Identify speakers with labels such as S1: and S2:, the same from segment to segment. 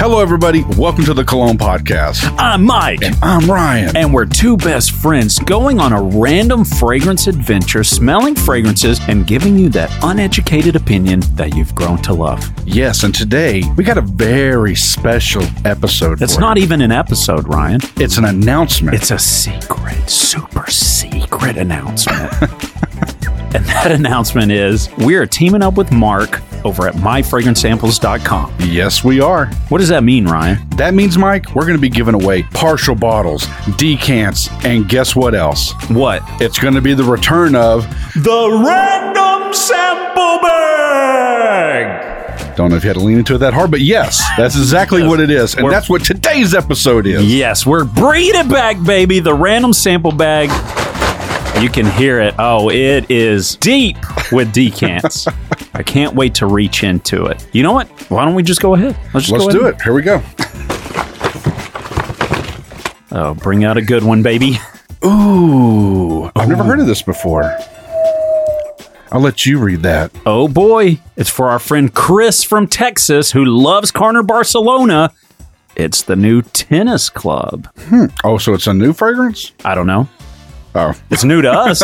S1: Hello, everybody. Welcome to the Cologne Podcast.
S2: I'm Mike.
S1: I'm Ryan.
S2: And we're two best friends going on a random fragrance adventure, smelling fragrances and giving you that uneducated opinion that you've grown to love.
S1: Yes, and today we got a very special episode.
S2: That's
S1: for
S2: not even an episode, Ryan.
S1: you. It's an announcement.
S2: It's a secret, super secret announcement. and that announcement is we are teaming up with Mark over at myfragrancesamples.com.
S1: yes, we are.
S2: What does that mean, Ryan?
S1: That means, Mike, we're going to be giving away partial bottles, decants, and guess what else?
S2: What?
S1: It's going to be the return of.
S2: The random sample bag.
S1: Don't know if you had to lean into it that hard, but yes, that's exactly what it is, and
S2: We're-
S1: that's what today's episode is.
S2: Yes, we're bringing it back, baby. The random sample bag. You can hear it. Oh, it is deep with decants. I can't wait to reach into it. You know what? Why don't we just go ahead? Let's just
S1: Let's
S2: go ahead
S1: do
S2: and-
S1: it. Here we go.
S2: Oh, bring out a good one, baby.
S1: Ooh, I've never heard of this before. I'll let you read that.
S2: Oh boy, it's for our friend Chris from Texas who loves Carner Barcelona. It's the new tennis club.
S1: Oh, so it's a new fragrance?
S2: I don't know.
S1: Oh,
S2: It's new to us.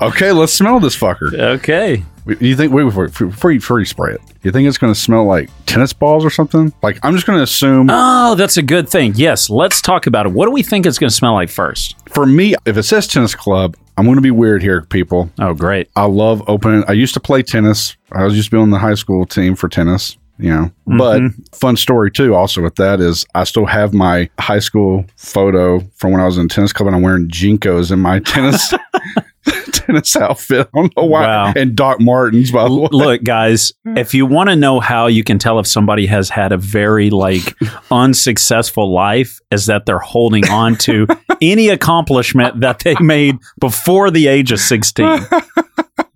S1: okay. Let's smell this fucker.
S2: okay.
S1: You think? Wait, wait, wait before, you, before you spray it, you think it's going to smell like tennis balls or something? Like I'm just going to assume.
S2: Oh, that's a good thing. Yes, let's talk about it. What do we think it's going to smell like first?
S1: For me, if it says tennis club, I'm going to be weird here, people.
S2: Oh, great.
S1: I love opening. I used to play tennis. I was used to be on the high school team for tennis. You know, but fun story too. Also, with that is, I still have my high school photo from when I was in tennis club, and I'm wearing jinkos in my tennis tennis outfit. I don't know why.
S2: Wow.
S1: And Doc Martens, by the way.
S2: Look, guys, if you want to know how you can tell if somebody has had a very like unsuccessful life is that they're holding on to any accomplishment that they made before the age of 16.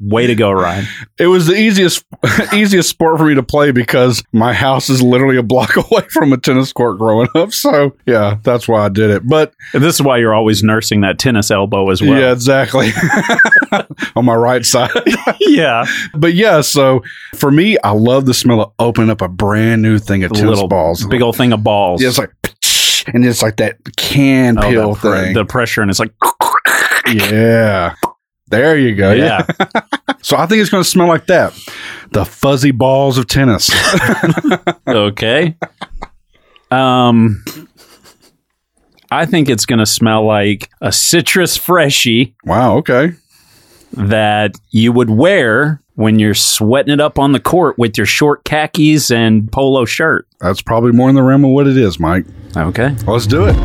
S2: Way to go, Ryan.
S1: It was the easiest easiest sport for me to play because my house is literally a block away from a tennis court growing up. So yeah, that's why I did it. But
S2: This is why you're always nursing that tennis elbow as well.
S1: yeah, exactly. On my right side.
S2: Yeah.
S1: But yeah, so for me, I love the smell of opening up a brand new thing of tennis
S2: Little
S1: balls.
S2: Big old thing of balls.
S1: Yeah, it's like, and it's like that can
S2: Oh,
S1: peel
S2: that pre-
S1: thing.
S2: The pressure and it's like
S1: yeah. There you go. Oh, Yeah.
S2: yeah.
S1: So I think it's going to smell like that. The fuzzy balls of tennis.
S2: okay. Um I think it's going to smell like a citrus freshie.
S1: wow. Okay.
S2: that you would wear when you're sweating it up on the court with your short khakis and polo shirt.
S1: That's probably more in the realm of what it is, Mike.
S2: Okay.
S1: Let's do it.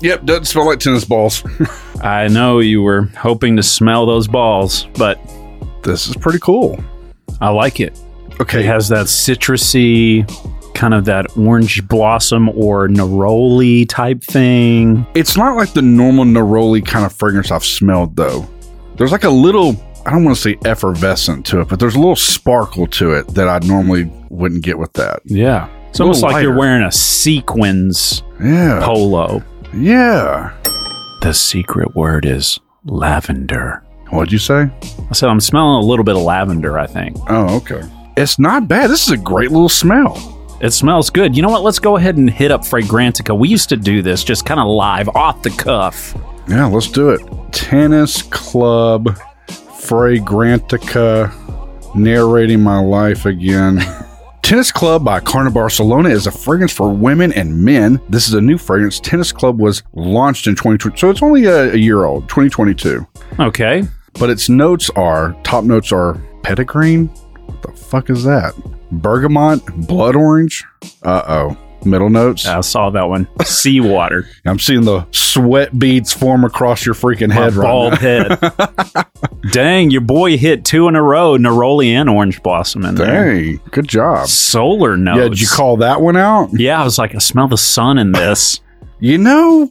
S1: Yep, doesn't smell like tennis balls.
S2: I know you were hoping to smell those balls, but
S1: this is pretty cool.
S2: I like it.
S1: Okay,
S2: It has that citrusy, kind of that orange blossom or neroli type thing.
S1: it's not like the normal neroli kind of fragrance I've smelled though. There's like a little, I don't want to say effervescent to it, but there's a little sparkle to it that I normally wouldn't get with that.
S2: Yeah. It's
S1: A little
S2: almost like you're
S1: lighter.
S2: wearing a sequins Oh.
S1: Yeah,
S2: polo.
S1: yeah.
S2: The secret word is lavender.
S1: What'd you say?
S2: I said, I'm smelling a little bit of lavender, I think.
S1: Oh, okay. It's not bad. This is a great little smell.
S2: It smells good. You know what? Let's go ahead and hit up Fragrantica. We used to do this just kind of live, off the cuff.
S1: Yeah, let's do it. Tennis club, Fragrantica, narrating my life again. Tennis Club by Carna Barcelona is a fragrance for women and men. This is a new fragrance. Tennis Club was launched in 2020, so it's only a, a year old, 2022.
S2: Okay.
S1: But its notes are top notes are petitgreen. What the fuck is that? Bergamot, blood orange. Uh oh. Middle notes.
S2: I saw that one. Seawater.
S1: I'm seeing the sweat beads form across your freaking
S2: My
S1: head right
S2: bald
S1: now.
S2: head. Dang, your boy hit two in a row Neroli and Orange Blossom in there.
S1: Dang, good job.
S2: Solar notes.
S1: Yeah, did you call that one out?
S2: Yeah, I was like, I smell the sun in this.
S1: You know,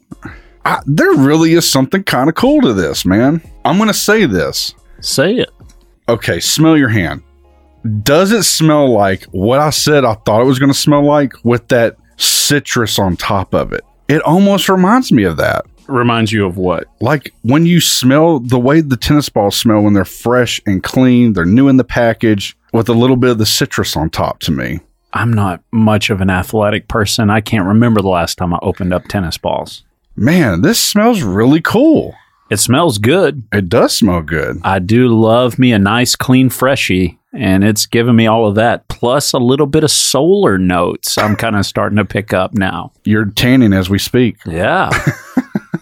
S1: I, there really is something kind of cool to this, man. I'm going to say this.
S2: Say it.
S1: Okay, smell your hand. Does it smell like what I said I thought it was going to smell like with that citrus on top of it? It almost reminds me of that.
S2: Reminds you of what?
S1: like when you smell the way the tennis balls smell when they're fresh and clean, they're new in the package with a little bit of the citrus on top to me.
S2: I'm not much of an athletic person. I can't remember the last time I opened up tennis balls.
S1: Man, this smells really cool.
S2: It smells good.
S1: It does smell good.
S2: I do love me a nice, clean freshie, and it's giving me all of that, plus a little bit of solar notes I'm kind of starting to pick up now.
S1: You're tanning as we speak.
S2: Yeah.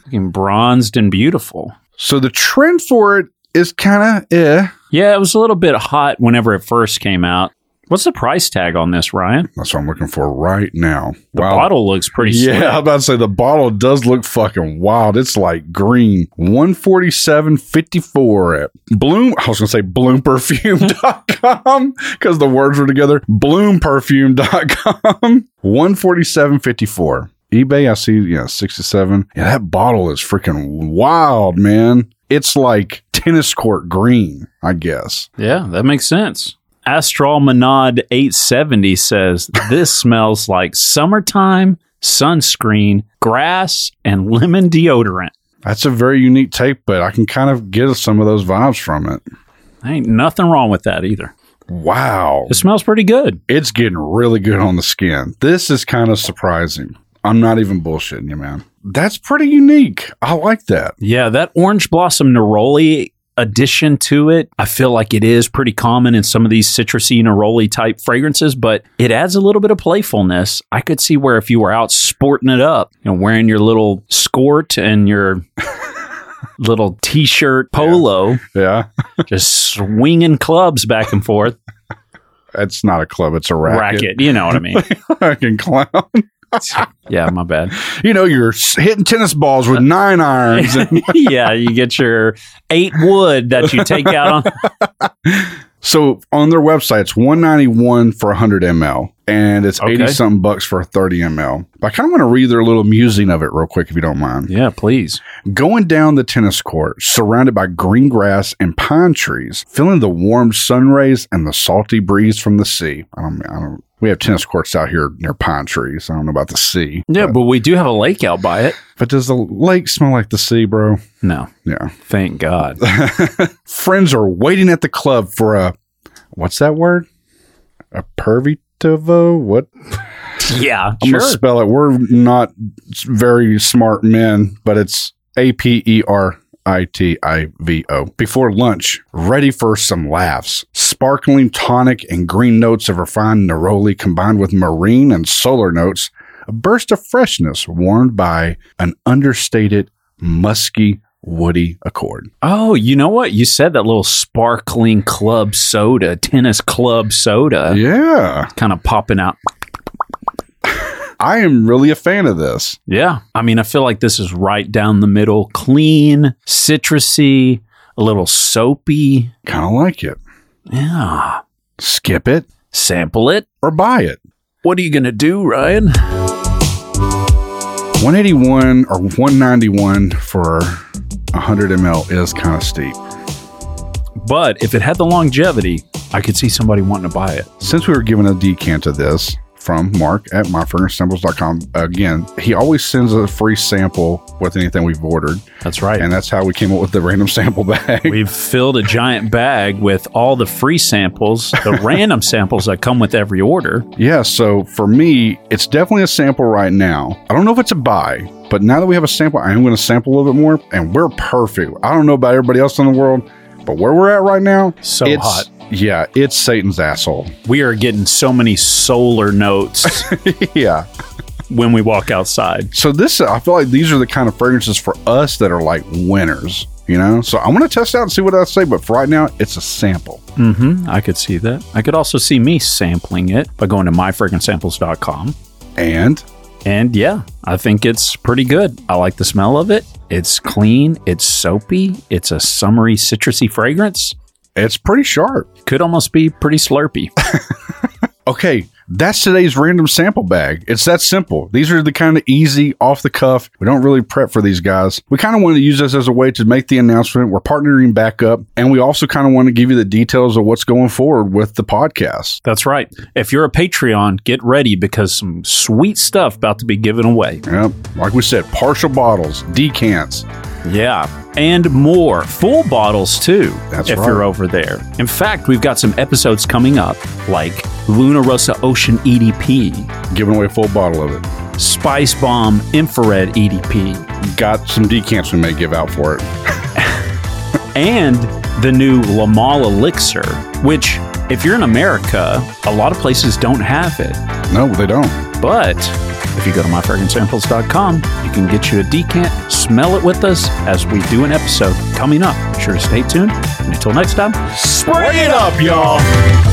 S2: Fucking bronzed and beautiful.
S1: So the trend for it is kind of eh.
S2: Yeah, it was a little bit hot whenever it first came out. What's the price tag on this, Ryan?
S1: That's what I'm looking for right now.
S2: The bottle looks pretty
S1: Yeah,
S2: slick.
S1: I'm about to say the bottle does look fucking wild. It's like green. 147.54 at Bloom. I was going to say bloomperfume.com because the words were together. Bloomperfume.com. 147.54. eBay, I see, yeah, 67. Yeah, that bottle is freaking wild, man. It's like tennis court green, I guess.
S2: Yeah, that makes sense. Astralmanad 870 says this smells like summertime, sunscreen, grass, and lemon deodorant.
S1: That's a very unique tape, but I can kind of get some of those vibes from it.
S2: Ain't nothing wrong with that either.
S1: Wow.
S2: It smells pretty good.
S1: it's getting really good on the skin. This is kind of surprising. I'm not even bullshitting you, man. That's pretty unique. I like that.
S2: Yeah, that orange blossom neroli addition to it, I feel like it is pretty common in some of these citrusy neroli type fragrances, but it adds a little bit of playfulness. I could see where if you were out sporting it up and wearing your little skirt and your little t-shirt polo,
S1: Yeah.
S2: just swinging clubs back and forth,
S1: It's not a club, it's a
S2: racket,
S1: racket.
S2: you know what I mean?
S1: Fucking clown.
S2: yeah, my bad.
S1: You know, you're s- hitting tennis balls with nine irons. And
S2: yeah, you get your eight wood that you take out on
S1: so on their website, it's 191 for 100 ml, and it's
S2: Okay.
S1: 80 something bucks for 30 ml. But I kind of want to read their little musing of it real quick, if you don't mind.
S2: Yeah, please.
S1: Going down the tennis court, surrounded by green grass and pine trees, feeling the warm sun rays and the salty breeze from the sea. I don't, I don't, we have tennis courts out here near pine trees. I don't know about the sea.
S2: Yeah, but we do have a lake out by it.
S1: But does the lake smell like the sea, bro?
S2: No,
S1: Yeah.
S2: thank God.
S1: Friends are waiting at the club for a, what's that word? A pervitivo? What?
S2: yeah,
S1: I'm going to spell it. We're not very smart men, but it's A P E R I T I V O. Before lunch, ready for some laughs. Sparkling tonic and green notes of refined neroli combined with marine and solar notes, a burst of freshness warmed by an understated, musky, woody accord.
S2: Oh, you know what? You said that little sparkling club soda, tennis club soda,
S1: Yeah.
S2: kind of popping out.
S1: I am really a fan of this.
S2: Yeah. I mean, I feel like this is right down the middle clean, citrusy, a little soapy.
S1: Kind of like it.
S2: Yeah.
S1: Skip it
S2: Sample it.
S1: or buy it.
S2: What are you going to do, Ryan?
S1: 181 or 191 for 100 ml is kind of steep.
S2: But if it had the longevity, I could see somebody wanting to buy it.
S1: Since we were given a decant of this from Mark at myfragrancesamples.com, again, he always sends a free sample with anything we've ordered.
S2: That's right.
S1: And that's how we came up with the random sample bag.
S2: We've filled a giant bag with all the free samples, the random samples that come with every order.
S1: yeah, so for me, it's definitely a sample right now. I don't know if it's a buy, but now that we have a sample, I am going to sample a little bit more, and we're perfect. I don't know about everybody else in the world, but where we're at right now,
S2: So
S1: it's
S2: hot.
S1: Yeah, it's Satan's asshole.
S2: We are getting so many solar notes
S1: yeah.
S2: when we walk outside.
S1: So this, I feel like these are the kind of fragrances for us that are like winners, you know. So I'm gonna test out and see what I say, but for right now, it's a sample.
S2: Mm-hmm. I could see that. I could also see me sampling it by going to myfragrancesamples.com.
S1: And
S2: And yeah, I think it's pretty good. I like the smell of it. It's clean, it's soapy, it's a summery, citrusy fragrance.
S1: it's pretty sharp.
S2: Could almost be pretty slurpy.
S1: Okay, That's today's random sample bag. It's that simple. These are the kind of easy, off the cuff. We don't really prep for these guys. We kind of want to use this as a way to make the announcement. We're partnering back up, and we also kind of want to give you the details of what's going forward with the podcast.
S2: That's right. If you're a Patreon, get ready because some sweet stuff about to be given away.
S1: Yep. Like we said, partial bottles, decants.
S2: Yeah. And more full bottles too.
S1: That's
S2: if
S1: right.
S2: you're over there. In fact, we've got some episodes coming up like Luna Rosa Ocean EDP,
S1: Giving away a full bottle of it.
S2: Spice Bomb Infrared E EDP,
S1: Got some decants we may give out for it.
S2: and the new Lamal Elixir, which if you're in America, a lot of places don't have it.
S1: No, they don't.
S2: But if you go to myfragrancesamples.com, you can get you a decant, smell it with us as we do an episode coming up. Be sure to stay tuned. And until next time,
S1: Spray it up, y'all.